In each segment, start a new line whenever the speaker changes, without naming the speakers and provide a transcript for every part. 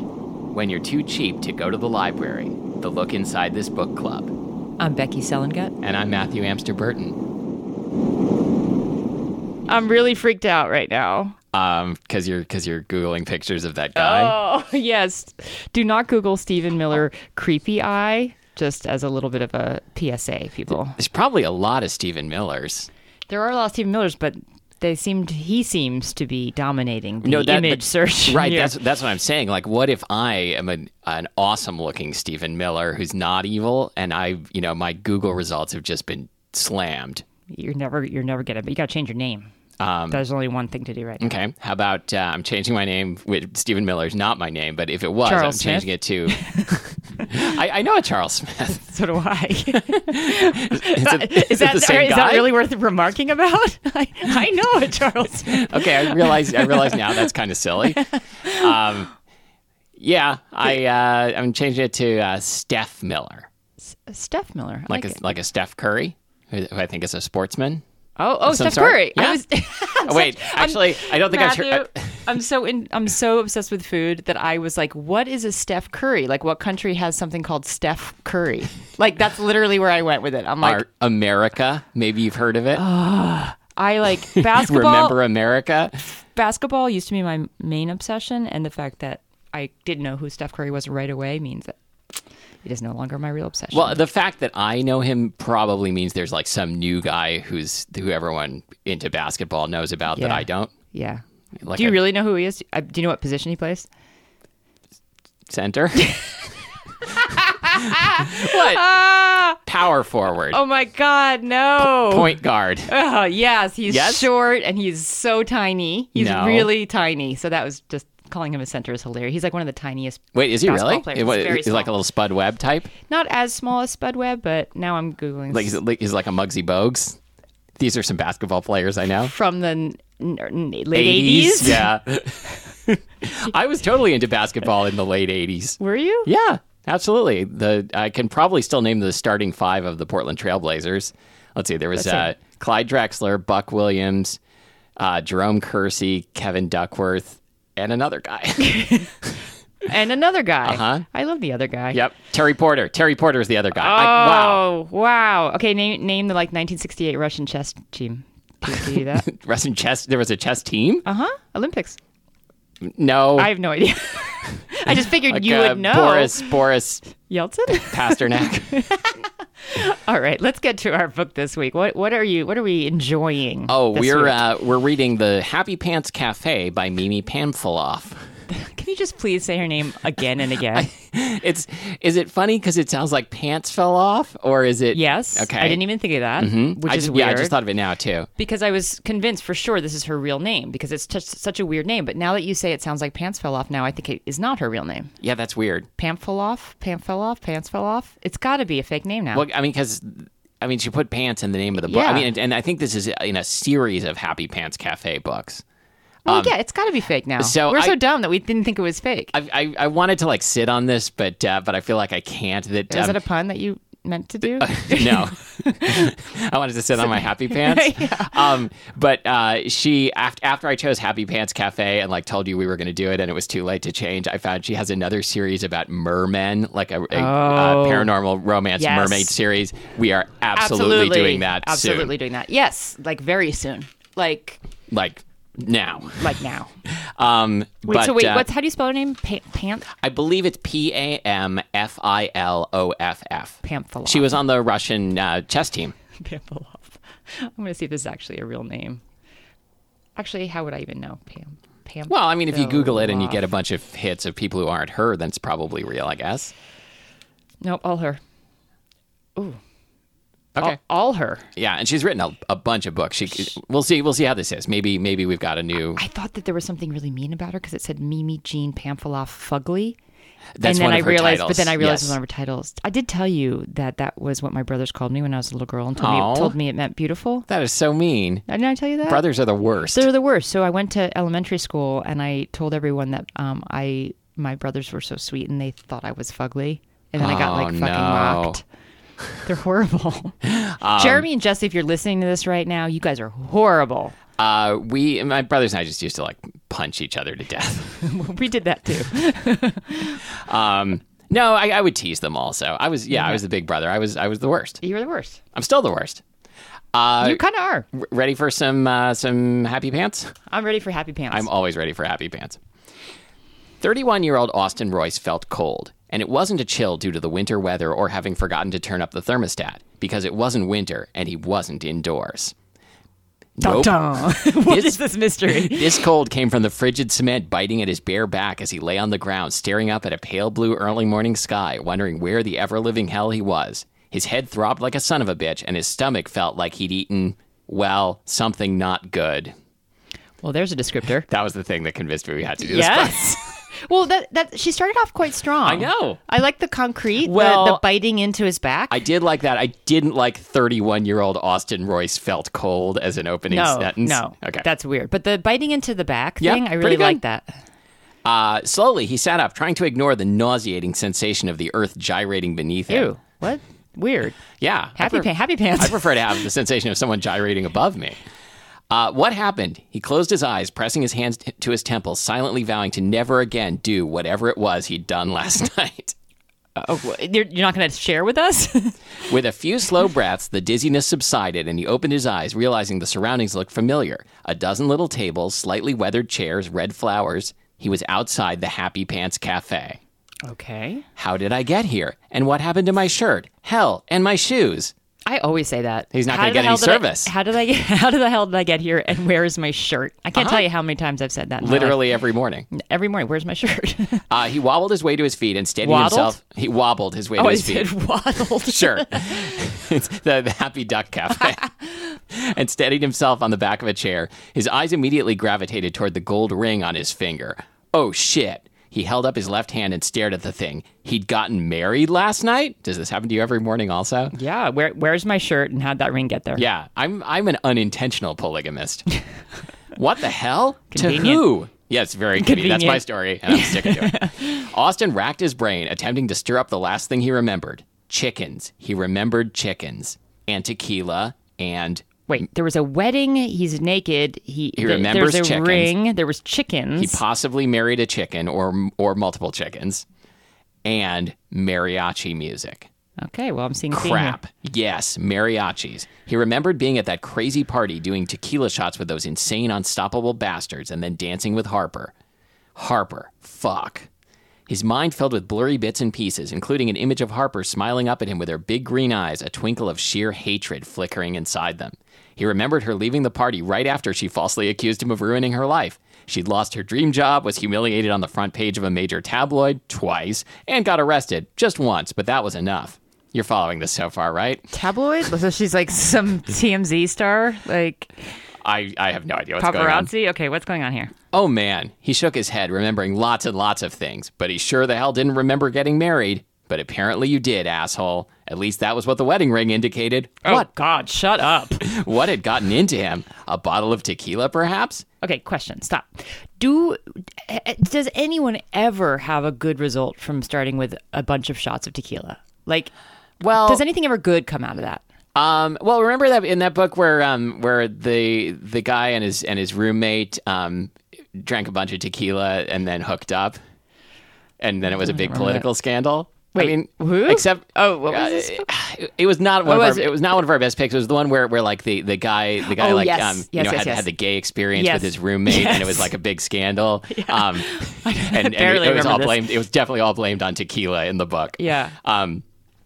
when you're too cheap to go to the library, the look inside this book club.
I'm Becky Selengut.
And I'm Matthew Amster Burton.
I'm really freaked out right now.
Um, cause you're cause you're googling pictures of that guy.
Oh, yes. Do not Google Stephen Miller creepy eye, just as a little bit of a PSA, people.
There's probably a lot of Stephen Millers.
There are a lot of Stephen Millers, but they seemed he seems to be dominating the
No, that-
image
that-
search.
Right.
here.
That's that's what I'm saying. Like, what if I am an, an awesome looking Stephen Miller who's not evil, and I, you know, my Google results have just been slammed. Um,
you're never you're never gonna. But you gotta change your name. There's only one thing to do right now.
Okay. How about uh, I'm changing my name with Stephen Miller's not my name, but if it was,
Charles
I'm changing it to. I, I know a Charles Smith.
So do I. is,
it- is it
that,
the same
is that
guy?
really worth remarking about? I, I know it, Charles.
Okay, I realize I realize now that's kind of silly. Um, yeah, I uh, I'm changing it to uh, Steph Miller,
Steph Miller. I
like
like
a,
it.
like a Steph Curry, who, who I think is a sportsman.
Oh, oh,
some
Steph
sort?
Curry.
Yeah.
I was.
Oh, wait, actually, I don't think
um, Matthew,
I've heard.
I'm so in, I'm so obsessed with food that I was like, "What is a Steph Curry? Like, what country has something called Steph Curry? Like, that's literally where I went with it. I'm like,
Our uh, America, maybe you've heard of it.
I like Oh. basketball.
Remember America?
Basketball used to be my main obsession, and the fact that I didn't know who Steph Curry was right away means that it is no longer my real obsession.
Well, the fact that I know him probably means there's like some new guy who's who everyone into basketball knows about that
Yeah.
I don't.
yeah.
Like
do you
a
really know who he is? Uh, Do you know what position he plays?
center? what? Power forward.
Ah. Oh my God, no!
Point guard.
Oh yes, he's
Yes?
short and he's so tiny. He's
No.
really tiny. So that was just calling him a center is hilarious. He's like one of the tiniest.
Wait, is he
basketball
really?
players.
It- what,
He's very
he's like a
small.
little Spud Webb type.
Not as small as Spud Webb, but now I'm googling
Like
s-
he's, like- he's like a Muggsy Bogues. These are some basketball players I know.
from the n- n- n- late eighties.
yeah. I was totally into basketball in the late '80s.
Were you?
Yeah, absolutely. The I can probably still name the starting five of the Portland Trailblazers. Let's see, there was uh, Clyde Drexler, Buck Williams, uh, Jerome Kersey, Kevin Duckworth, and another guy.
And another guy.
Uh-huh.
I love the other guy.
yep, Terry Porter. Terry Porter is the other guy. I, wow.
Oh wow. Okay, name name the like 1968 Russian chess team. Do you do that?
Russian chess. There was a chess team.
uh huh. Olympics.
No,
I have no idea. I just figured
Like,
you
uh,
would know.
Boris Boris
Yeltsin.
Pasternak.
All right, let's get to our book this week. What what are you what are we enjoying?
oh,
this
we're
week?
uh, we're reading the Happy Pants Cafe by Mimi Pamphilov.
Can you just please say her name again and again?
It's is it funny because it sounds like pants fell off, or is it?
yes.
Okay. Mm-hmm.
I didn't even think of that, which
I
is
just,
weird.
Yeah, I just thought of it now too.
because I was convinced for sure this is her real name because it's just such a weird name. But now that you say it sounds like pants fell off, now I think it is not her real name.
Yeah, that's weird.
Pant fell off, pant fell off, pants fell off. It's got to be a fake name now.
Well, I mean, because I mean, she put pants in the name of the book. I
Yeah.
mean, and, and I think this is in a series of Happy Pants Cafe books.
Well, yeah, it's got to be fake now.
um, so
we're
I-
so dumb that we didn't think it was fake.
I, I, I wanted to like sit on this, but uh, but I feel like I can't. That
is
um,
that a pun that you meant to do?
no, I wanted to sit on my happy pants. Um, but uh, she after after I chose Happy Pants Cafe and like told you we were going to do it, and it was too late to change. I found she has another series about mermen, like a, a uh,
Oh.
paranormal romance
Yes.
mermaid series. We are absolutely, doing that.
Absolutely doing that. Yes, like very soon. Like
soon. like now.
like now.
Um,
Wait,
but,
so wait,
uh,
what's how do you spell her name? Pa- Pant
I believe it's P A M F I L O F F.
Pamphilov.
She was on the Russian uh, chess team.
Pamphilov. I'm gonna see if this is actually a real name. Actually, how would I even know? Pam Pam.
Well, I mean, if you Google it and you get a bunch of hits of people who aren't her, then it's probably real, I guess.
nope, all her. All-
Okay.
All, her.
Yeah, and she's written a, a bunch of books. She, we'll see. We'll see how this is. Maybe, maybe we've got a new.
I thought that there was something really mean about her because it said Mimi Jean Pamphilov Fugly.
That's
and then
one
I
of her
realized,
titles.
but then I realized it was
Yes.
one of her titles. I did tell you that that was what my brothers called me when I was a little girl and told,
Aw.
me, told me it meant beautiful.
That is so mean.
Didn't I tell you that?
Brothers are the worst.
They're the worst. So I went to elementary school and I told everyone that um, I my brothers were so sweet and they thought I was fugly. And then I got like
Oh,
fucking
no.
mocked.
Um,
They're horrible. Jeremy and Jesse, if you're listening to this right now, you guys are horrible.
Uh, we, my brothers and I, just used to like punch each other to death.
we did that too.
Um, no, I, I would tease them also. I was, yeah, I was the big brother. I was, I was the worst.
You're the worst.
I'm still the worst. Uh,
You kind of are.
r- ready for some uh, some happy pants?
I'm ready for happy pants.
I'm always ready for happy pants. 31 year old Austin Royce felt cold, and it wasn't a chill due to the winter weather or having forgotten to turn up the thermostat, because it wasn't winter and he wasn't indoors.
Dun,
Nope.
dun. what
This-
is this mystery?
This cold came from the frigid cement biting at his bare back as he lay on the ground, staring up at a pale blue early morning sky, wondering where the ever living hell he was. His head throbbed like a son of a bitch, and his stomach felt like he'd eaten, well, something not good.
Well, there's a descriptor.
That was the thing that convinced me we had to do this. podcast.
Yes. well, that that she started off quite strong. I
know.
I like the concrete. the-
Well-
the, biting into his back.
I did like that. I didn't like 31 year old Austin Royce felt cold as an opening
no,
sentence.
no,
Okay.
that's weird. But the biting into the back
Yeah,
thing, I
pretty
really
good.
like that.
uh, slowly, he sat up, trying to ignore the nauseating sensation of the earth gyrating beneath him.
Ew, what? Weird.
Yeah. I
Happy
pre-
pa- happy pants.
I prefer to have the sensation of someone gyrating above me. Uh, what happened? He closed his eyes, pressing his hands t- to his temples, silently vowing to never again do whatever it was he'd done last night.
oh, wh- you're, you're not going to share with us?
With a few slow breaths, the dizziness subsided and he opened his eyes, realizing the surroundings looked familiar. A dozen little tables, slightly weathered chairs, red flowers. He was outside the Happy Pants Cafe.
okay.
How did I get here? And what happened to my shirt? Hell, and my shoes.
I always say that.
He's not
How
gonna
the
get any
hell did I-
service.
how did I get how the hell did I get here and where is my shirt? I
Uh-huh.
can't tell you how many times I've said that. in my life.
Literally every morning.
every morning, where's my shirt?
Uh, he wobbled his way to his feet and steadied
Waddled?
himself. He wobbled his way
oh,
to
I
his feet.
said waddled.
Sure. it's the, the Happy Duck Cafe. and steadied himself on the back of a chair. His eyes immediately gravitated toward the gold ring on his finger. Oh, shit. He held up his left hand and stared at the thing. He'd gotten married last night? Does this happen to you every morning also?
Yeah, where where's my shirt and how'd that ring get there?
Yeah, I'm I'm an unintentional polygamist. what the hell? To
Convenient.
who? Yes, very convenient. That's my
Convenient.
story, and I'm sticking to it. Austin racked his brain, attempting to stir up the last thing he remembered: chickens. He remembered chickens and tequila and.
Wait, there was a wedding. He's naked. He, he
remembers
There's a
chickens.
ring. There was chickens.
He possibly married a chicken or or multiple chickens, and mariachi music.
okay, well I'm seeing a theme here.
crap. Yes, mariachis. He remembered being at that crazy party doing tequila shots with those insane, unstoppable bastards and then dancing with Harper. Harper. Fuck. His mind filled with blurry bits and pieces, including an image of Harper smiling up at him with her big green eyes, a twinkle of sheer hatred flickering inside them. He remembered her leaving the party right after she falsely accused him of ruining her life. She'd lost her dream job, was humiliated on the front page of a major tabloid twice, and got arrested just once, but that was enough. You're following this so far, right?
Tabloid. So she's like some TMZ star, like
I, I have no idea what's going on.
paparazzi. Okay, what's going on here?
Oh man, he shook his head, remembering lots and lots of things, but he sure the hell didn't remember getting married. But apparently you did, asshole. At least that was what the wedding ring indicated.
Oh God, shut up.
What had gotten into him? A bottle of tequila, perhaps?
okay, question. Stop. Do eh, eh, does anyone ever have a good result from starting with a bunch of shots of tequila? Like,
Well,
does anything ever good come out of that?
um, well, remember that in that book where um, where the the guy and his and his roommate um, drank a bunch of tequila and then hooked up, and then it was a big political scandal.
Wait,
I mean,
who?
Except
Oh, what was
uh,
this
it- It was not one.
What
of
was
our,
it?
it? was not one of our best picks. It was the one where where like the, the guy the guy
Oh,
like
yes.
um, you
Yes,
know
yes,
had,
yes.
had the gay experience
Yes.
with his roommate and it was
Yes.
like a big scandal. Um, and, and
barely
it was
remember
all
this.
blamed. It was definitely all blamed on tequila in the book.
Yeah.
Um.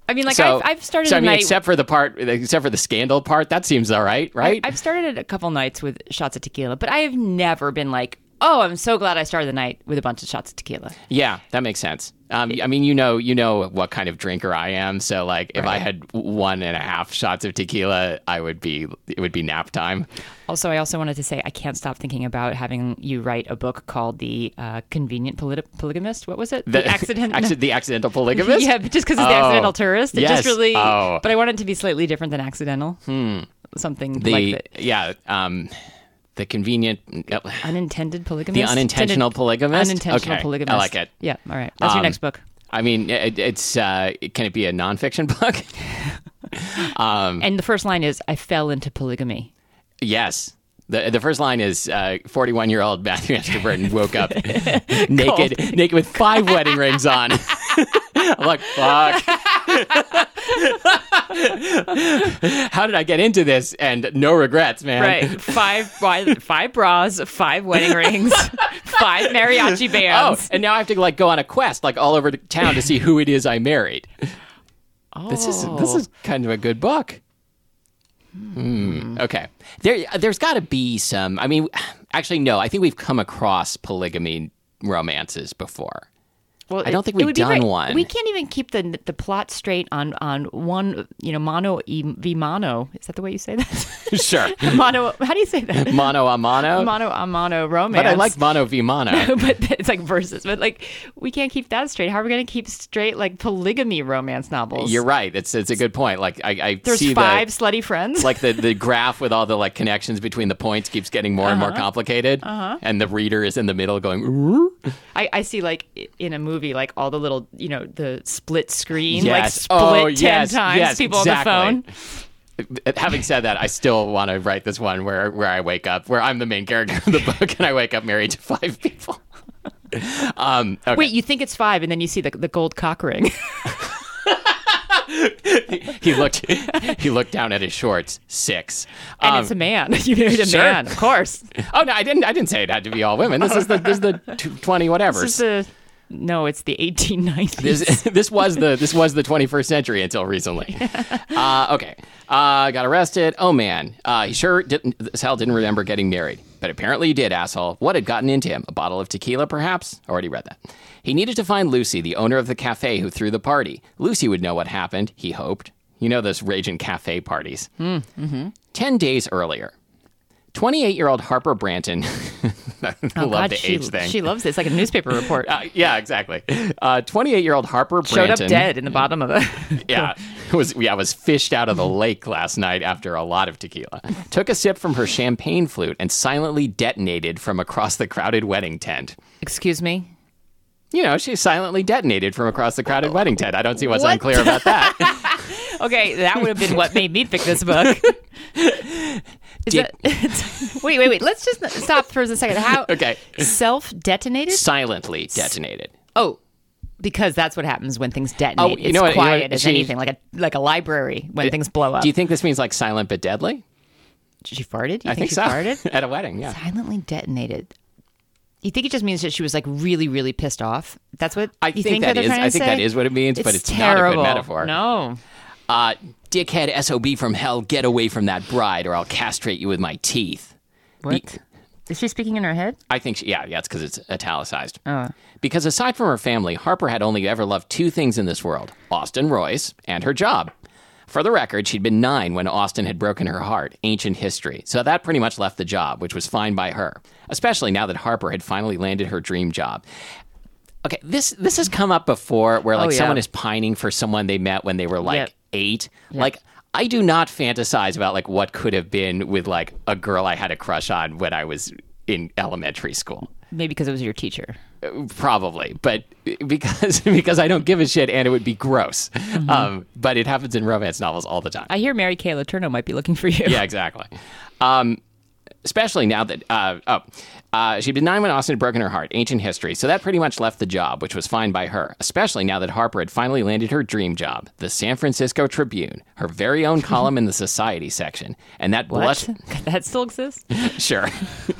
I mean, like
So
I've, I've started.
So I
a
mean,
night-
except for the part, except for the scandal part, that seems all right, right?
I've started a couple nights with shots of tequila, but I have never been like, oh, I'm so glad I started the night with a bunch of shots of tequila.
yeah, that makes sense. Um, I mean, you know, you know what kind of drinker I am. So like, if I had one and a half shots of tequila, I would be it would be nap time.
Also, I also wanted to say I can't stop thinking about having you write a book called The uh, Convenient Poly- Polygamist. What was it? The, Accident.
acci- the accidental polygamist.
Yeah, but just because it's
Oh.
the accidental tourist, it
Yes.
just really.
Oh.
But I want it to be slightly different than accidental. Hmm. Something
the
like the
yeah, um, the convenient, uh, the
unintended polygamist.
unintentional
Intended-
polygamist.
Unintentional
okay,
polygamist.
I like it. Um,
Yeah. All right. That's your next book.
I mean, it, it's uh, can it be a nonfiction book? um,
And the first line is, "I fell into polygamy."
yes. The, the first line is 41 year old Matthew Ashburton woke up naked, naked with five wedding rings on. I'm like, fuck. How did I get into this? And no regrets, man.
Right. Five five bras, five wedding rings, five mariachi
Oh,
bands.
and now I have to like go on a quest like all over the town to see who it is I married. This is this is kind of a good book. Hmm. Okay. There there's got to be some I mean actually no, I think we've come across polygamy romances before.
Well,
I don't think
it
we've
would be
done
very-
one.
We can't even keep the the plot straight on on one, you know, mono e- v mono. Is that the way you say that?
sure.
mono. How do you say that?
Mono a mono.
Mono a mono romance.
Uh, but I like mono v mono.
but it's like verses. But like, we can't keep that straight. How are we going to keep straight like polygamy romance novels?
You're right. It's it's a good point. Like I, I
There's
see
five
the
slutty friends.
like the, the graph with all the like connections between the points keeps getting more and more complicated, uh-huh. and the reader is in the middle going. "Ooh."
I, I see like i- in a movie like all the little you know the split screen like
Yes.
split
Oh,
ten
yes,
times
yes,
people on the
exactly. Uh,
phone.
Having said that, I still want to write this one where where I wake up, where I'm the main character of the book, and I wake up married to five people. Um, okay.
Wait, you think it's five, and then you see the the gold cock ring.
he looked he looked down at his shorts. Six.
and
Um,
it's a man. You married a
sure.
man, of course.
oh no, I didn't. I didn't say it had to be all women. This is the this is the tw- twenty whatever.
This is the no, it's the 1890s.
this, this was the this was the 21st century until recently. Uh, okay, uh, got arrested. Oh man, uh, he sure didn't. This hell didn't remember getting married, but apparently he did. Asshole, what had gotten into him? A bottle of tequila, perhaps. Already read that. He needed to find Lucy, the owner of the cafe who threw the party. Lucy would know what happened. He hoped. You know those raging cafe parties.
Hmm, mm-hmm.
Ten days earlier. 28 year old Harper Branton. I love
Oh, God,
the
she,
age thing.
she loves it. It's like a newspaper report.
Uh, yeah, exactly. 28 year old Harper Branton
Showed up dead in the bottom of the.
yeah, was yeah, I was fished out of the lake last night after a lot of tequila. Took a sip from her champagne flute and silently detonated from across the crowded wedding tent.
Excuse me.
You know, she silently detonated from across the crowded wedding tent. I don't see what's
What?
unclear about that.
Okay, that would have been what made me pick this book. Is
Deep-
that- wait, wait, wait. Let's just n- stop for a second. How?
Okay.
Self detonated?
silently detonated.
Oh, because that's what happens when things detonate.
Oh, you
it's
know what- you know
quiet
what,
as
she-
anything, like a like a library when things blow up.
Uh, Do you think this means like silent but deadly?
she farted. You
I think,
she
so.
farted?
At a wedding, yeah.
Silently detonated. You think it just means that she was like really, really pissed off? That's what
I
you
think,
think,
that
they're
is.
trying to
I think that
say?
is what it means, but it's not a good
terrible.
metaphor.
No.
Uh, dickhead sob from hell, get away from that bride, or I'll castrate you with my teeth.
What? Is she speaking in her head?
I think, she, yeah, yeah, it's because it's italicized.
Oh.
Because aside from her family, Harper had only ever loved two things in this world Austin Royce and her job. For the record, she'd been nine when Austin had broken her heart, ancient history. So that pretty much left the job, which was fine by her, especially now that Harper had finally landed her dream job. Okay, this this has come up before where like
Oh, yeah.
someone is pining for someone they met when they were like
Yep.
eight. Like I do not fantasize about like what could have been with like a girl I had a crush on when I was in elementary school.
Maybe because it was your teacher.
Probably, but because because I don't give a shit and it would be gross.
Mm-hmm.
Um, but it happens in romance novels all the time.
I hear Mary Kay Letourneau might be looking for you.
yeah, exactly. Um, especially now that uh, oh, uh, she'd been nine when Austin had broken her heart, ancient history. So that pretty much left the job, which was fine by her. Especially now that Harper had finally landed her dream job, the San Francisco Tribune, her very own column in the society section, and that blush.
What? That still exists?
Sure.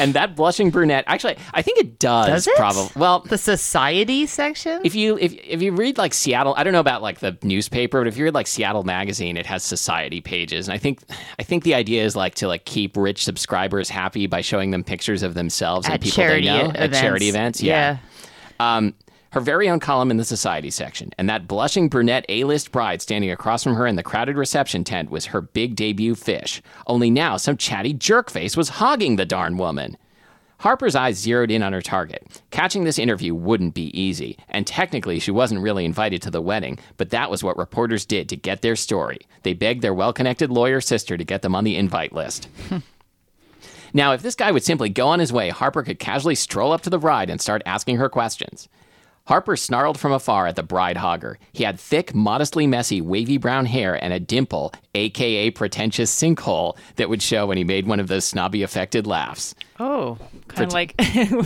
and that blushing brunette. Actually, I think it does. Probably. Well,
the society section.
if you if if you read like Seattle, I don't know about like the newspaper, but if you read like Seattle Magazine, it has society pages, and I think I think the idea is like to like keep rich subscribers happy by showing them pictures of themselves and
At
people
charity e-,
they know at
events.
charity events. Yeah. Um, her very own column in the society section, and that blushing brunette A-list bride standing across from her in the crowded reception tent was her big debut fish. Only now, some chatty jerkface was hogging the darn woman. Harper's eyes zeroed in on her target. Catching this interview wouldn't be easy, and technically she wasn't really invited to the wedding, but that was what reporters did to get their story. They begged their well connected lawyer sister to get them on the invite list. now, if this guy would simply go on his way, Harper could casually stroll up to the bride and start asking her questions. Harper snarled from afar at the bride hogger. He had thick, modestly messy, wavy brown hair and a dimple, aka pretentious sinkhole, that would show when he made one of those snobby affected laughs.
Oh, kind of like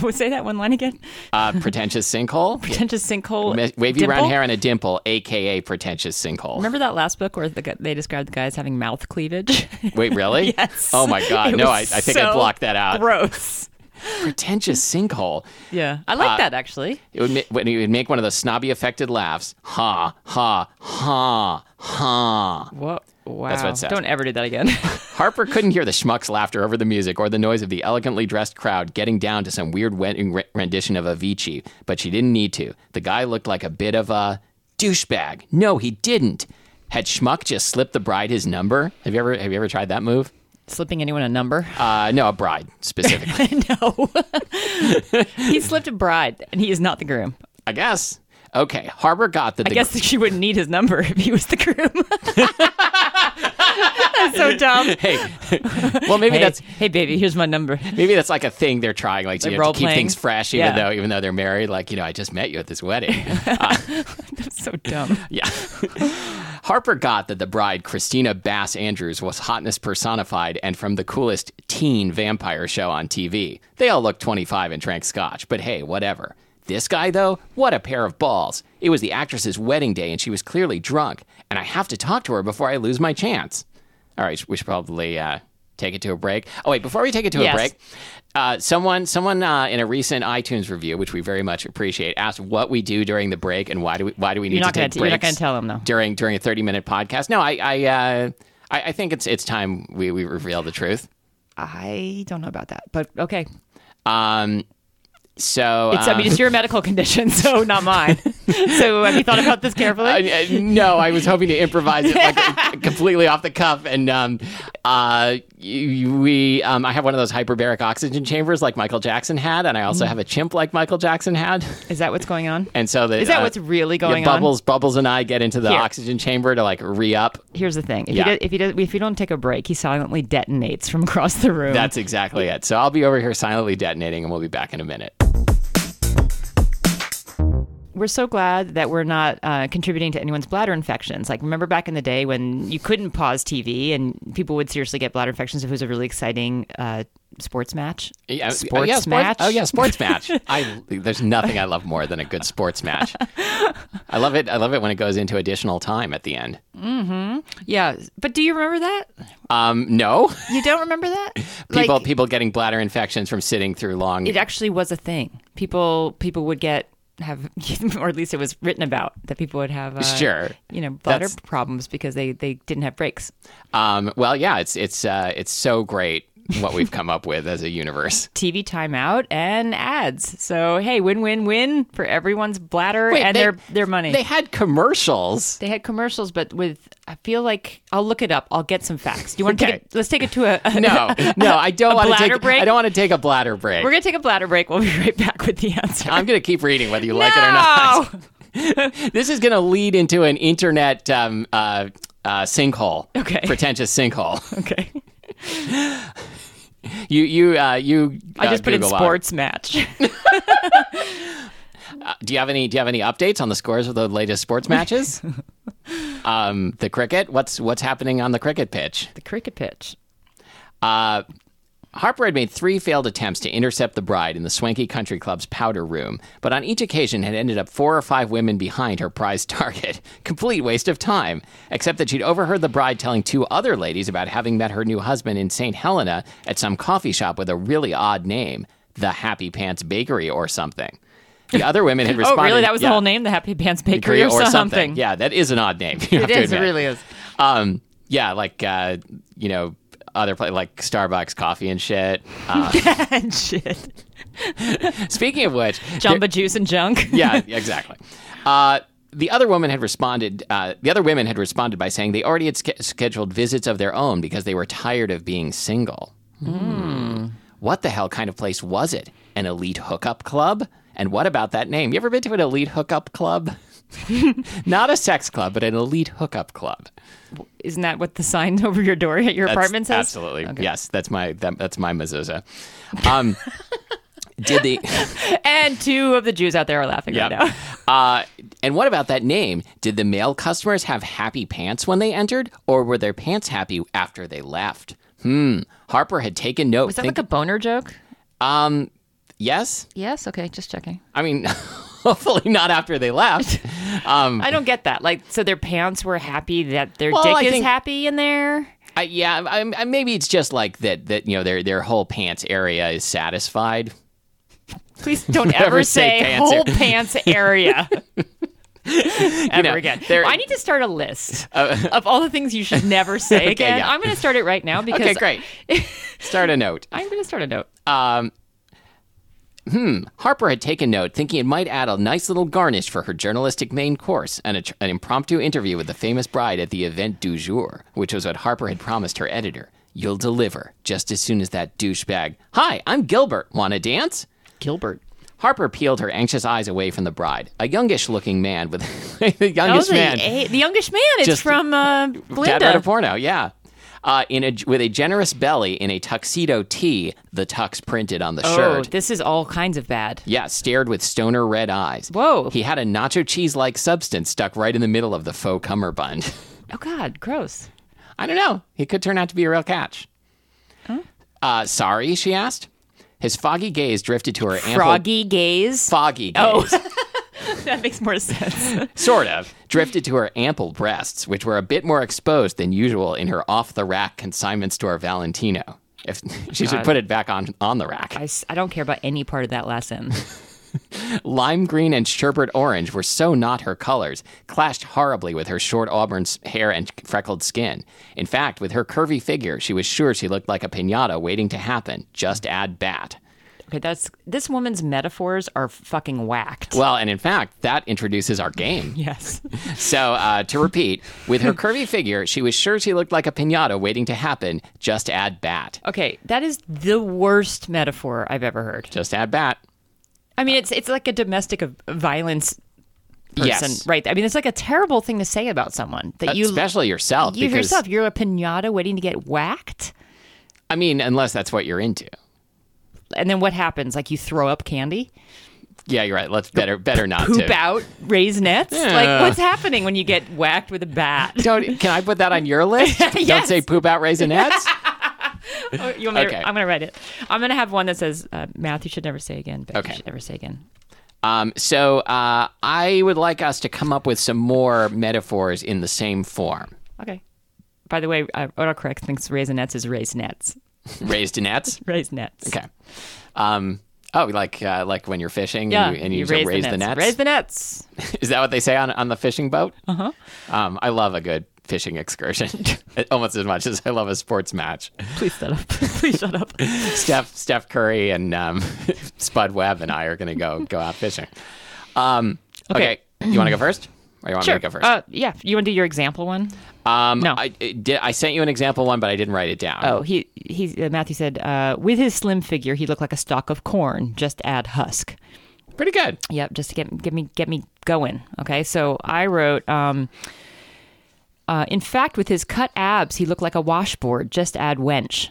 say that one line again.
Uh, pretentious sinkhole?
Pretentious sinkhole.
Me- wavy
dimple?
brown hair and a dimple, aka pretentious sinkhole.
Remember that last book where the, gu- they described the guys having mouth cleavage?
Wait, really?
Yes.
Oh my God.
It
no, I, I
was
think I
so
blocked that out.
Gross.
Uh, Pretentious sinkhole.
Yeah, I
uh,
like that actually.
It would ma- when he would make one of those snobby affected laughs. Ha, ha, ha, ha.
What? Wow.
what it says.
Don't ever do that again.
Harper couldn't hear the schmuck's laughter over the music or the noise of the elegantly dressed crowd getting down to some weird wedding re- rendition of Avicii, but she didn't need to. The guy looked like a bit of a douchebag. No, he didn't. Had schmuck just slipped the bride his number? Have you ever have you ever tried that move?
Slipping anyone a number?
Uh, no, a bride specifically.
no. he slipped a bride, and he is not the groom.
I guess. Okay, Harper got that.
I guess she wouldn't need his number if he was the groom. That's so dumb.
Hey, well maybe
Hey,
that's
hey, baby, here's my number.
Maybe that's like a thing they're trying, like to,
Like
you know, to keep
role-playing?
things fresh, even
Yeah.
though even though they're married. Like you know, I just met you at this wedding.
That's so dumb.
yeah. Harper got that the bride, Christina Bass Andrews, was hotness personified and from the coolest teen vampire show on TV. They all looked 25 and drank scotch, but hey, whatever. This guy, though, what a pair of balls. It was the actress's wedding day and she was clearly drunk, and I have to talk to her before I lose my chance. All right, we should probably uh, take it to a break. Oh, wait, before we take it to
Yes.
a break, uh, someone, someone uh, in a recent iTunes review, which we very much appreciate, asked what we do during the break and why do we why do we need
You're
to
not gonna
take
you're not
breaks
gonna tell them though.
during during a 30 minute podcast. No, I I uh, I, I think it's it's time we, we reveal the truth.
I don't know about that, but okay.
Um, so
It's, I mean,
um,
it's your medical condition, so not mine. so have you thought about this carefully?
I- I- uh, no, I was hoping to improvise it like completely off the cuff, and um, uh, you- we um, I have one of those hyperbaric oxygen chambers like Michael Jackson had, and I also
Mm-hmm.
have a chimp like Michael Jackson had,
Is that what's going on?
and so the,
Is that
uh,
what's really
yeah,
going on?
bubbles bubbles and I get into the
Here.
oxygen chamber to like re up.
Here's the thing: if,
Yeah.
he does, if he does, if you don't take a break, he silently detonates from across the room.
That's exactly it. So I'll be over here silently detonating, and we'll be back in a minute.
we're so glad that we're not uh, contributing to anyone's bladder infections. Like, remember back in the day when you couldn't pause TV and people would seriously get bladder infections if it was a really exciting uh, sports match?
Yeah, uh,
Sports
yeah,
match?
Oh yeah, sports match. I there's nothing I love more than a good sports match. I love it. I love it when it goes into additional time at the end.
Yeah. But do you remember that?
Um, no,
You don't remember that?
people
like,
people getting bladder infections from sitting through long.
it actually was a thing. People people would get have or at least it was written about that people would have uh,
Sure.
you know bladder
That's-
problems because they they didn't have breaks
Um, well, yeah, it's it's uh, it's so great what we've come up with as a universe.
tv timeout and ads so hey win win win for everyone's bladder
Wait,
and
they-
their their money
They had commercials.
They had commercials, but with I feel like I'll look it up. I'll get some facts. Do you want to
Okay.
take it? Let's take it to a, a-
No, no, I don't want to
bladder
take.
break?
I don't want to take a bladder break.
We're gonna take a bladder break. We'll be right back with the answer.
I'm going to keep reading whether you like it or not.
No!
This is going to lead into an internet um, uh, uh, sinkhole.
Okay.
Pretentious sinkhole.
Okay.
You you uh, you.
I
uh,
just put in
Google on-
sports match.
Do you have any Do you have any updates on the scores of the latest sports matches? um, the cricket. What's What's happening on the cricket pitch?
the cricket pitch.
Uh, Harper had made three failed attempts to intercept the bride in the swanky country club's powder room, but on each occasion had ended up four or five women behind her prized target. Complete waste of time, except that she'd overheard the bride telling two other ladies about having met her new husband in St. Helena at some coffee shop with a really odd name, the Happy Pants Bakery or something. The other women had
Oh,
responded.
really? That was
Yeah.
the whole name, the Happy Pants Bakery or, something.
Yeah, that is an odd name. You have
it
to
is. It
admit.
really is.
Um, yeah, like uh, you know, other pla like Starbucks coffee and shit. Uh,
and shit,
speaking of which,
Jamba Juice and junk.
yeah, exactly. Uh, the other woman had responded. Uh, the other women had responded by saying they already had sch- scheduled visits of their own because they were tired of being single. Hmm. What the hell kind of place was it? An elite hookup club? And what about that name? You ever been to an elite hookup club? Not a sex club, but an elite hookup club.
Isn't that what the sign over your door at your
That's
apartment says?
Absolutely, yes. That's my that, that's my mezuzah. Um, Did the
and two of the Jews out there are laughing right now.
uh, and what about that name? Did the male customers have happy pants when they entered, or were their pants happy after they left? Hmm. Harper had taken note.
Was that
think-
like a boner joke?
um, yes.
Yes. Okay. Just checking.
I mean, hopefully not after they left. Um,
I don't get that. Like, so their pants were happy that their
Well,
dick
I
is
think-
happy in there.
I, yeah, I, I, maybe it's just like that. That you know, their their whole pants area is satisfied.
Please don't ever
say
say,
pants
whole pants area. Ever
know,
again.
there- Uh,
I need to start a list of all the things you should never say again.
yeah.
I'm going to start it right now because
Okay, great. Start a note.
I'm going to start a note.
Um, hmm. Harper had taken note, thinking it might add a nice little garnish for her journalistic main course and a, an impromptu interview with the famous bride at the event du jour, which was what Harper had promised her editor. You'll deliver just as soon as that douchebag. Hi, I'm Gilbert. Wanna dance?
Gilbert.
Harper peeled her anxious eyes away from the bride, a youngish-looking man with the
That was
youngest
the,
man.
eh, the youngest man. It's
Just-
from uh,
Dad wrote a
Glinda.
porno, yeah. Uh, in a, with a generous belly in a tuxedo tee, the tux printed on the
Oh,
shirt.
this is all kinds of bad.
Yeah, stared with stoner red eyes.
Whoa.
He had a nacho cheese like substance stuck right in the middle of the faux cummerbund.
Oh, God. Gross.
I don't know. He could turn out to be a real catch. Uh, sorry, she asked. His foggy gaze drifted to her ample.
Froggy Oh. gaze.
Foggy gaze.
that makes more sense.
sort of, drifted to her ample breasts, which were a bit more exposed than usual in her off the rack consignment store Valentino. If she should put it back on on the rack.
I, s- I don't care about any part of that lesson.
Lime green and sherbet orange were so not her colors, clashed horribly with her short auburn s- hair and freckled skin. In fact, with her curvy figure, she was sure she looked like a pinata waiting to happen. Just add bat.
Okay, that's this woman's metaphors are fucking whacked.
Well, and in fact, that introduces our game.
yes.
So, uh, to repeat, with her curvy figure, she was sure she looked like a pinata waiting to happen. Just add bat.
Okay, that is the worst metaphor I've ever heard.
Just add bat.
I mean, it's it's like a domestic of violence person,
Yes.
right? I mean, it's like a terrible thing to say about someone that you
Especially yourself.
you
because,
yourself you're a pinata waiting to get whacked.
I mean, unless that's what you're into.
And then what happens? Like you throw up candy,
Yeah, you're right. Let's better better not
poop
to.
out, raise nets.
Yeah.
Like what's happening when you get whacked with a bat?
Don't, can I put that on your list? Don't say poop out raisinets.
Oh, you want me to-
Okay.
I'm going to write it. I'm going to have one that says, uh, "Matthew should never say again." Becky
Okay.
should never say again.
Um, so uh, I would like us to come up with some more metaphors in the same form.
Okay. By the way, uh, autocorrect thinks raisinets is raisinets.
Raised nets.
Raisinets.
Okay. Um, oh, like uh, like when you're fishing
Yeah,
and you, and you, raise, the nets.
Raise the nets.
Is that what they say on, on the fishing boat? Uh-huh. Um, I love a good fishing excursion almost as much as I love a sports match.
Please shut up. Please shut up.
Steph Steph Curry and um, Spud Webb and I are going to go go out fishing. Um, okay.
Okay.
You want to go first? Or you want me to go first?
Uh, yeah. You want to do your example one?
um,
Uh, no.
I, I did, I sent you an example one, but I didn't write it down.
Oh, he he. Uh, Matthew said, uh, with his slim figure, he looked like a stalk of corn. Just add husk.
Pretty good.
Yep, just to get get me get me going. Okay, so I wrote. Um, uh, in fact, with his cut abs, he looked like a washboard. Just add wench.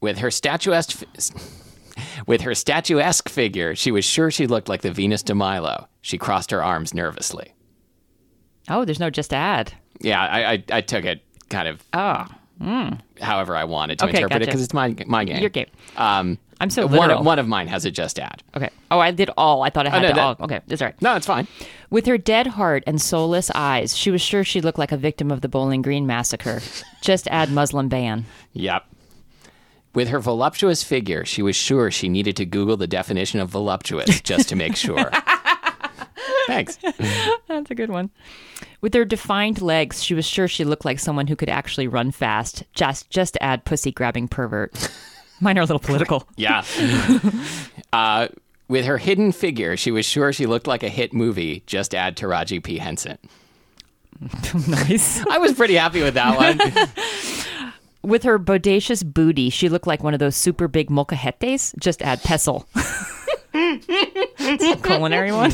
With her statuesque, with her statuesque figure, she was sure she looked like the Venus de Milo. She crossed her arms nervously.
Oh, there's no just add.
Yeah, I, I, I took it kind of
Oh,
however I wanted to
Okay,
interpret it
gotcha.
because it's my my game.
your game.
Um,
I'm so
one,
literal.
of- one of mine has a just add.
Okay. Oh, I did all. I thought I had
no,
to
that-
all. Okay, that's all right.
No, it's fine.
With her dead heart and soulless eyes, she was sure she looked like a victim of the Bowling Green massacre. Just add Muslim ban.
Yep. With her voluptuous figure, she was sure she needed to Google the definition of voluptuous just to make sure. Thanks.
That's a good one. With her defined legs, she was sure she looked like someone who could actually run fast. Just just add pussy grabbing pervert. Mine are a little political.
Yeah. Uh, with her hidden figure, she was sure she looked like a hit movie. Just add Taraji P. Henson.
nice.
I was pretty happy with that one.
With her bodacious booty, she looked like one of those super big molcajetes. Just add pestle. It's a culinary one.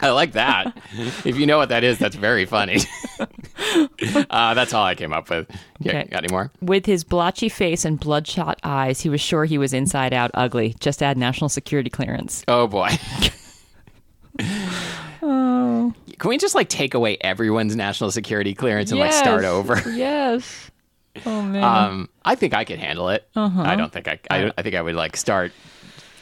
I like that. If you know what that is, that's very funny. uh, that's all I came up with. Yeah,
Okay.
got any more?
With his blotchy face and bloodshot eyes, he was sure he was inside out ugly. Just add national security clearance.
Oh boy.
Oh.
Can we just like take away everyone's national security clearance and like start over?
Mm-hmm. yes. Oh man.
Um, I think I could handle it.
Uh-huh.
I don't think I, I.
Uh.
don't- I think I would like start,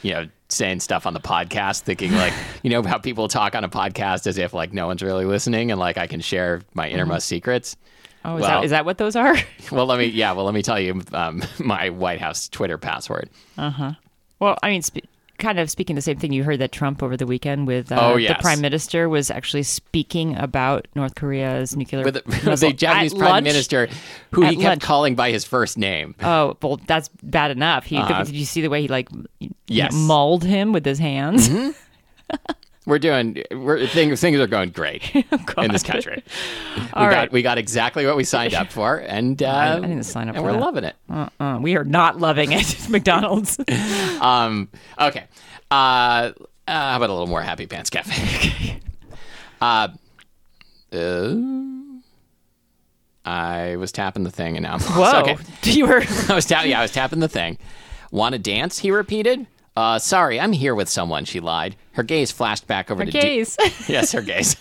you know, saying stuff on the podcast, thinking like, you know, how people talk on a podcast as if like no one's really listening, and like I can share my
Mm-hmm.
innermost secrets.
oh, is,
well-
that, is that what those are?
Well, let me. Yeah, well, let me tell you um, my White House Twitter password.
well, I mean, spe- kind of speaking the same thing. You heard that Trump over the weekend with uh,
Oh,
the
yes.
prime minister was actually speaking about North Korea's nuclear.
With the,
missile
the Japanese
at
Prime
lunch.
Minister, who
At
he kept
lunch.
calling by his first name.
Oh well, that's bad enough. He did you see the way he like you
Uh, Yes. Mm-hmm.
know, mauled him with his hands?
We're doing. We're, things things are going great
Oh,
in this country. we got
right.
we got exactly what we signed up for, and uh,
I didn't sign up
and
for
we're
that.
loving it.
Uh, we are not loving it, McDonald's.
Um, okay. Uh, uh, how about a little more Happy Pants Cafe? uh, uh, I was tapping the thing and now I'm
Whoa,
lost. Okay.
you were
I was tapping. Yeah, I was tapping the thing. Want to dance? He repeated. Uh, sorry, I'm here with someone. She lied. Her gaze flashed back over to D-
gays.
yes, her gaze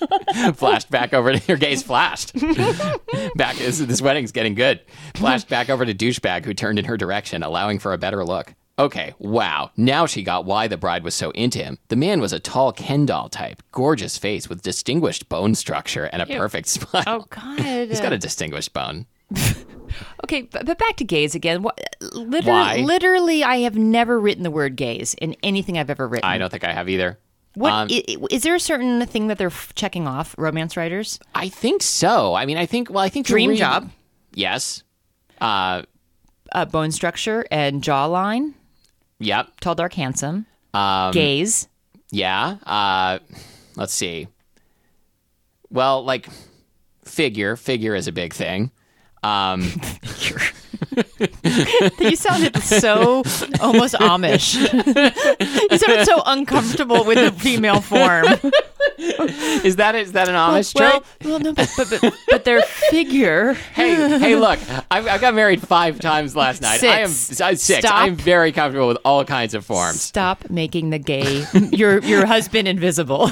flashed back over to her gaze flashed back. This, this wedding's getting good. Flashed back over to douchebag who turned in her direction, allowing for a better look. Okay, wow. Now she got why the bride was so into him. The man was a tall Ken doll type, gorgeous face with distinguished bone structure and a perfect smile.
Oh God!
He's got a distinguished bone.
okay, but, but back to gays again. What, literally,
Why?
literally, I have never written the word gays in anything I've ever written.
I um, don't think I have either.
What i- i- is there a certain thing that they're f- checking off? Romance writers.
I think so. I mean, I think. Well, I think the
Dream
reason-
job.
Yes. Uh.
uh, bone structure and jawline,
Yep.
tall, dark, handsome, um, gaze.
Yeah. Uh, let's see. Well, like figure. Figure is a big thing. Um,
You sounded so almost Amish. you sounded so uncomfortable with the female form.
is that is that an Amish
well,
trait?
well, no, but, but, but, but their figure.
Hey, hey, look! I've, I got married five times last night. I am
Six.
I'm six.
Stop.
I'm very comfortable with all kinds of forms.
Stop making the gay your your husband invisible.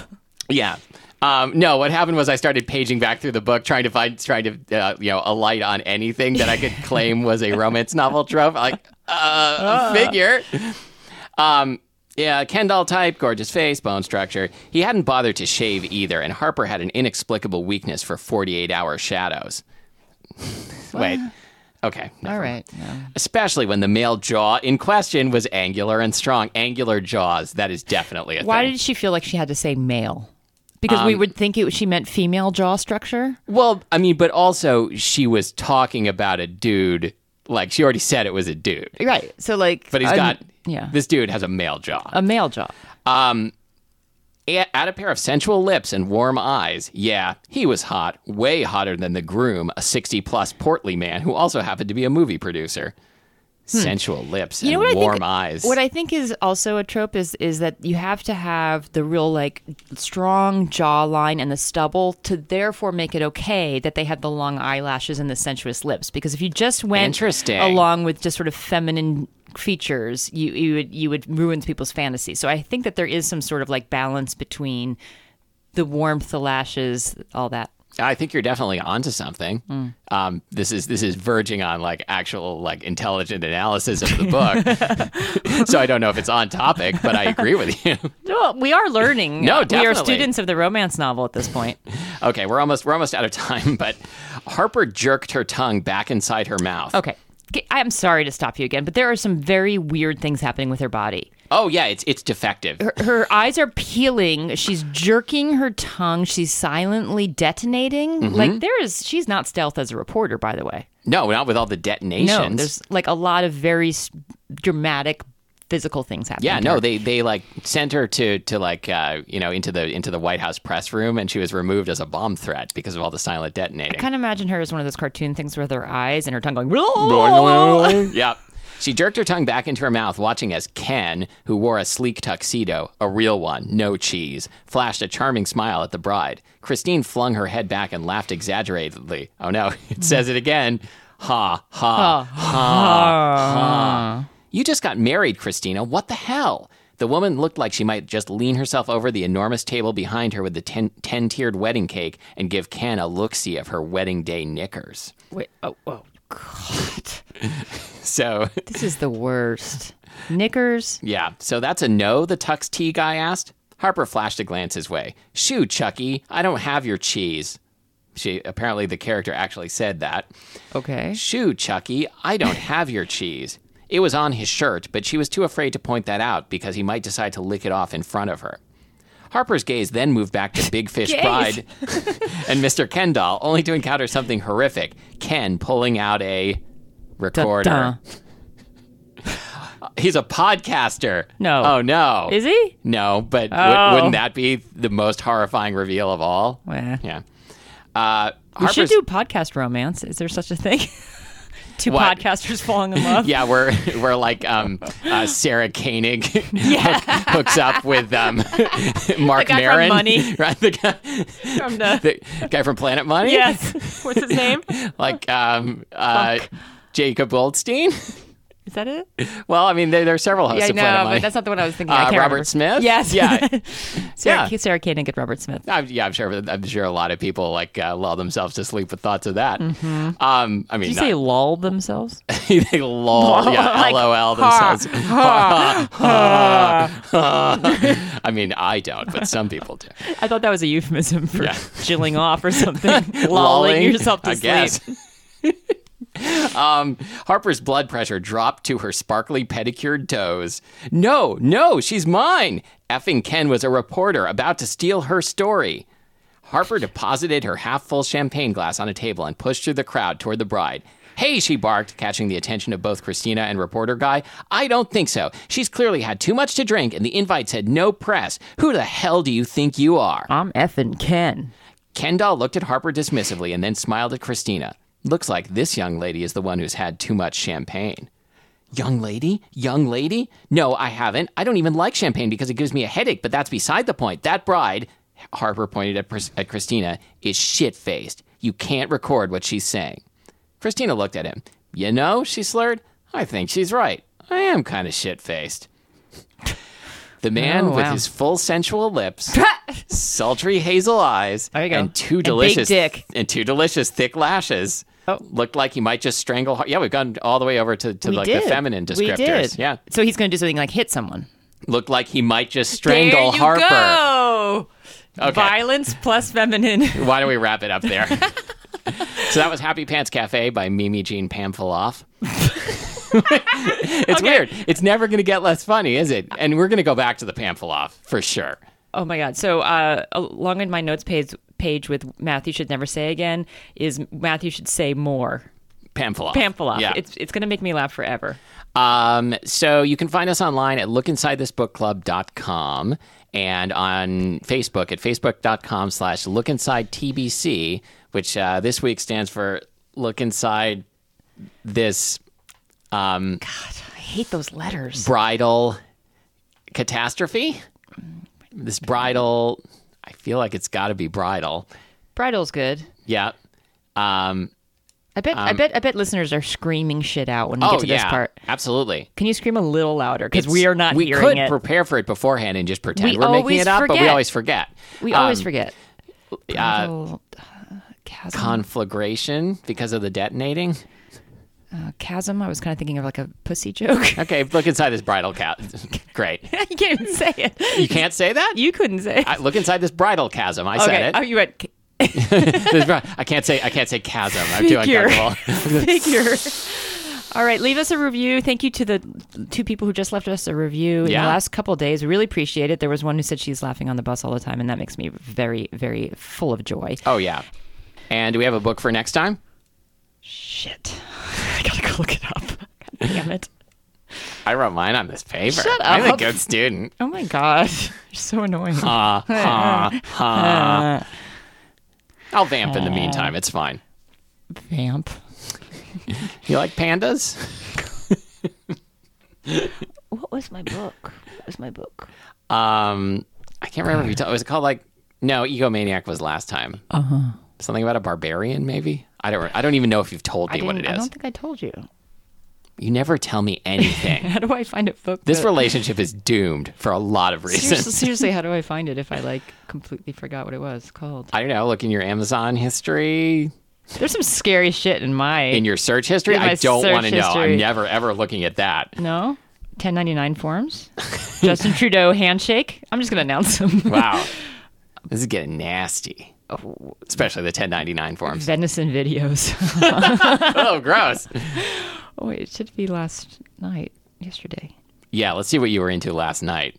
Yeah. Um, no, what happened was I started paging back through the book, trying to find, trying to, uh, you know, alight on anything that I could claim was a romance novel trope. Like, uh, figure. Um, yeah, Ken doll type, gorgeous face, bone structure. He hadn't bothered to shave either, and Harper had an inexplicable weakness for 48 hour shadows. Wait. Okay.
All right.
Especially when the male jaw in question was angular and strong. Angular jaws, that is definitely a
Why
thing.
did she feel like she had to say male? Because
Um,
we would think it, she meant female jaw structure.
Well, I mean, but also she was talking about a dude. Like she already said it was a dude,
Right. So like,
but he's
an-
got
yeah
This dude has a male jaw.
a male jaw.
A- Add a pair of sensual lips and warm eyes. Yeah, he was hot, way hotter than the groom, a sixty-plus portly man who also happened to be a movie producer. Sensual lips and warm eyes.
Hmm. What I think is also a trope is is that you have to have the real like strong jawline and the stubble to therefore make it okay that they have the long eyelashes and the sensuous lips. Because if you just went
Interesting.
along with just sort of feminine features, you you would you would ruin people's fantasy. So I think that there is some sort of like balance between the warmth, the lashes, all that.
I think you're definitely onto something.
Hmm.
Um, this is this is verging on like actual like intelligent analysis of the book. so I don't know if it's on topic, but I agree with you.
Well, we are learning.
No,
we are
definitely.
students of the romance novel at this point.
Okay, we're almost we're almost out of time, but Harper jerked her tongue back inside her mouth.
Okay. G- I'm sorry to stop you again, but there are some very weird things happening with her body.
Oh yeah, it's it's defective.
Her, her eyes are peeling. She's jerking her tongue. She's silently detonating.
Mm-hmm.
Like there is, she's not stealth as a reporter, by the way.
No, not with all the detonations.
No, there's like a lot of very s- dramatic physical things happening.
yeah,
to
no,
her.
they they like sent her to to like uh, you know into the into the White House press room, and she was removed as a bomb threat because of all the silent detonating.
I kind of imagine her as one of those cartoon things with her eyes and her tongue going. oh,
Oh. yep. She jerked her tongue back into her mouth, watching as Ken, who wore a sleek tuxedo, a real one, no cheese, flashed a charming smile at the bride. Christine flung her head back and laughed exaggeratedly. Oh no, it says it again. ha, ha, ha, ha. You just got married, Christina. What the hell? The woman looked like she might just lean herself over the enormous table behind her with the ten, ten-tiered wedding cake and give Ken a look-see of her wedding day knickers.
Wait, oh, oh, God.
So,
This is the worst. Knickers.
yeah. So that's a no, the Tux Tea guy asked. Harper flashed a glance his way. Shoo, Chucky, I don't have your cheese. She apparently the character actually said that.
Okay.
Shoo, Chucky, I don't have your cheese. It was on his shirt, but she was too afraid to point that out because he might decide to lick it off in front of her. Harper's gaze then moved back to Big Fish
Gaze.
Pride and Mr. Kendall, only to encounter something horrific Ken pulling out a recorder.
Dun-dun.
He's a podcaster.
No.
Oh, no.
Is he?
No, but wou-
Oh.
wouldn't that be the most horrifying reveal of all?
Well.
Yeah. Uh,
We should
Harper's-
do podcast romance. Is there such a thing? Two
What?
podcasters falling in love.
Yeah, we're we're like um, uh, Sarah Koenig hook- hooks up with um, Mark
The guy from
Maron,
Money.
right? The guy,
From the-
the guy from Planet Money.
yes. What's his name?
like um, uh, Jacob Goldstein.
Is that it?
Well, I mean, there, there are several hosts
Yeah, I
of Planet
know,
Money.
but that's not the one I was thinking.
Uh,
I can't
Robert Smith?
remember. Yes.
Yeah. Yeah.
Sarah,
Uh,
Sarah Kane and get Robert Smith.
I'm, yeah, I'm sure. I'm sure a lot of people like uh, lull themselves to sleep with thoughts of that. Um, I mean,
Mm-hmm. Did you say lull themselves?
not- they lol, yeah,
Like,
lol
ha,
themselves. I mean, I don't, but some people do.
I thought that was a euphemism for
Yeah.
chilling off or something. Lulling yourself to
I
sleep.
Guess. um, Harper's blood pressure dropped to her sparkly pedicured toes. No, no, she's mine. Effing Ken was a reporter about to steal her story. Harper deposited her half full champagne glass on a table and pushed through the crowd toward the bride. Hey, she barked, catching the attention of both Christina and reporter guy. I don't think so. She's clearly had too much to drink, and the invite said no press. Who the hell do you think you are?
I'm effing Ken.
Kendall looked at Harper dismissively and then smiled at Christina. Looks like this young lady is the one who's had too much champagne. Young lady? Young lady? No, I haven't. I don't even like champagne because it gives me a headache, but that's beside the point. That bride, Harper pointed at, Pris- at Christina, is shit faced. You can't record what she's saying. Christina looked at him. You know, she slurred, I think she's right. I am kind of shit faced. The man
Oh,
with
wow.
his full sensual lips, sultry hazel eyes,
There you go.
and two
And big
delicious
dick.
and two delicious thick lashes.
Oh.
Looked like he might just strangle. Har- Yeah, we've gone all the way over to, to
We
like
did.
the feminine descriptors.
We did.
Yeah,
So he's going to do something like hit someone.
looked like he might just strangle
there you
Harper.
go.
Okay.
Violence plus feminine.
Why don't we wrap it up there? so that was Happy Pants Cafe by Mimi Jean Pamphilov. it's weird. It's never going to get less funny, is it? And we're going to go back to the Pamphilov for sure.
Oh my God. So uh, along in my notes page page with Matthew should never say again is Matthew should say more.
Pamphilov.
Pamphilov.
Yeah.
It's it's going to make me laugh forever.
Um, so you can find us online at lookinsidethisbookclub.com and on Facebook at facebook.com slash lookinsidetbc, which uh, this week stands for Look Inside This
I hate those letters.
Bridal Catastrophe. This bridal, I feel like it's got to be bridal.
Bridal's good.
Yeah. Um,
I bet I bet I bet listeners are screaming shit out when we
oh,
get to
yeah.
this part.
Absolutely.
Can you scream a little louder? Because we are not
we
hearing
could
it.
prepare for it beforehand and just pretend
We
we are making
always
it up, but we
forget.
always forget.
we always
Um, uh,
forget. Bridal, uh, chasm.
conflagration because of the detonating.
Uh, chasm. I was kind of thinking of like a pussy joke.
Okay, look inside this bridal cat. Great.
you can't even say it.
You can't say that.
You couldn't say it.
I, look inside this bridal chasm. I
okay.
said
Oh,
it.
you went.
This bri- I can't say. I can't say chasm. I'm too
Figure.
uncomfortable.
figure. All right, leave us a review. Thank you to the two people who just left us a review in
Yeah.
the last couple of days. We really appreciate it. There was one who said she's laughing on the bus all the time, and that makes me very, very full of joy.
Oh yeah. And do we have a book for next time?
Shit. I gotta go look it up. God damn it.
I wrote mine on this paper.
Shut
I'm a
up.
good student.
Oh my god. You're so annoying.
Uh,
Uh,
huh, huh. I'll vamp in the meantime. It's fine.
Vamp.
You like pandas?
What was my book? What was my book?
Um, I can't
Uh-huh.
remember if you told. Was it called like? No, egomaniac was last time. Uh huh. Something about a barbarian, maybe. I don't. re- I don't even know if you've told me
I,
what it is.
didn't- I don't think I told you.
you never tell me anything.
How do I find it book?
this
that-
relationship is doomed for a lot of reasons.
seriously, seriously, how do I find it if I like completely forgot what it was called?
I don't know. Look in your Amazon history,
There's some scary shit in my
in your search history.
In my
I don't
search
want to know.
history.
I'm never ever looking at that.
no 1099 forms. Justin Trudeau handshake. I'm just gonna announce them.
Wow, this is getting nasty.
Oh.
Especially the 1099 forms.
Venison videos.
oh, gross.
oh, wait, it should be last night, yesterday.
Yeah, let's see what you were into last night.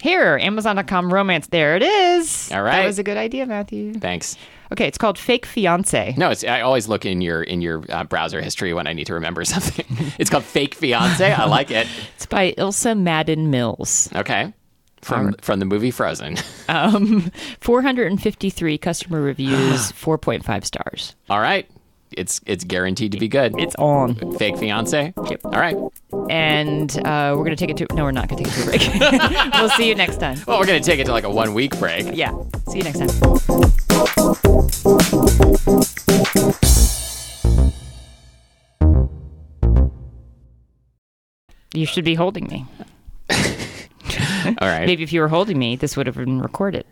Here, Amazon.com romance. There it is.
All right.
That was a good idea, Matthew.
Thanks.
Okay, it's called Fake Fiance.
No, it's I always look in your in your uh, browser history when I need to remember something. it's called Fake Fiance. I like it.
It's by Ilsa Madden Mills.
Okay. From from the movie Frozen.
Um, 453 customer reviews, 4.5 stars.
All right. It's it's guaranteed to be good.
It's on.
fake fiance.
Yep.
All right.
And uh, we're going to take it to. No, we're not going to take it to a break. we'll see you next time.
Well, we're gonna take it to like a one week break.
Yeah. See you next time. You should be holding me.
All right.
Maybe if you were holding me, this would have been recorded.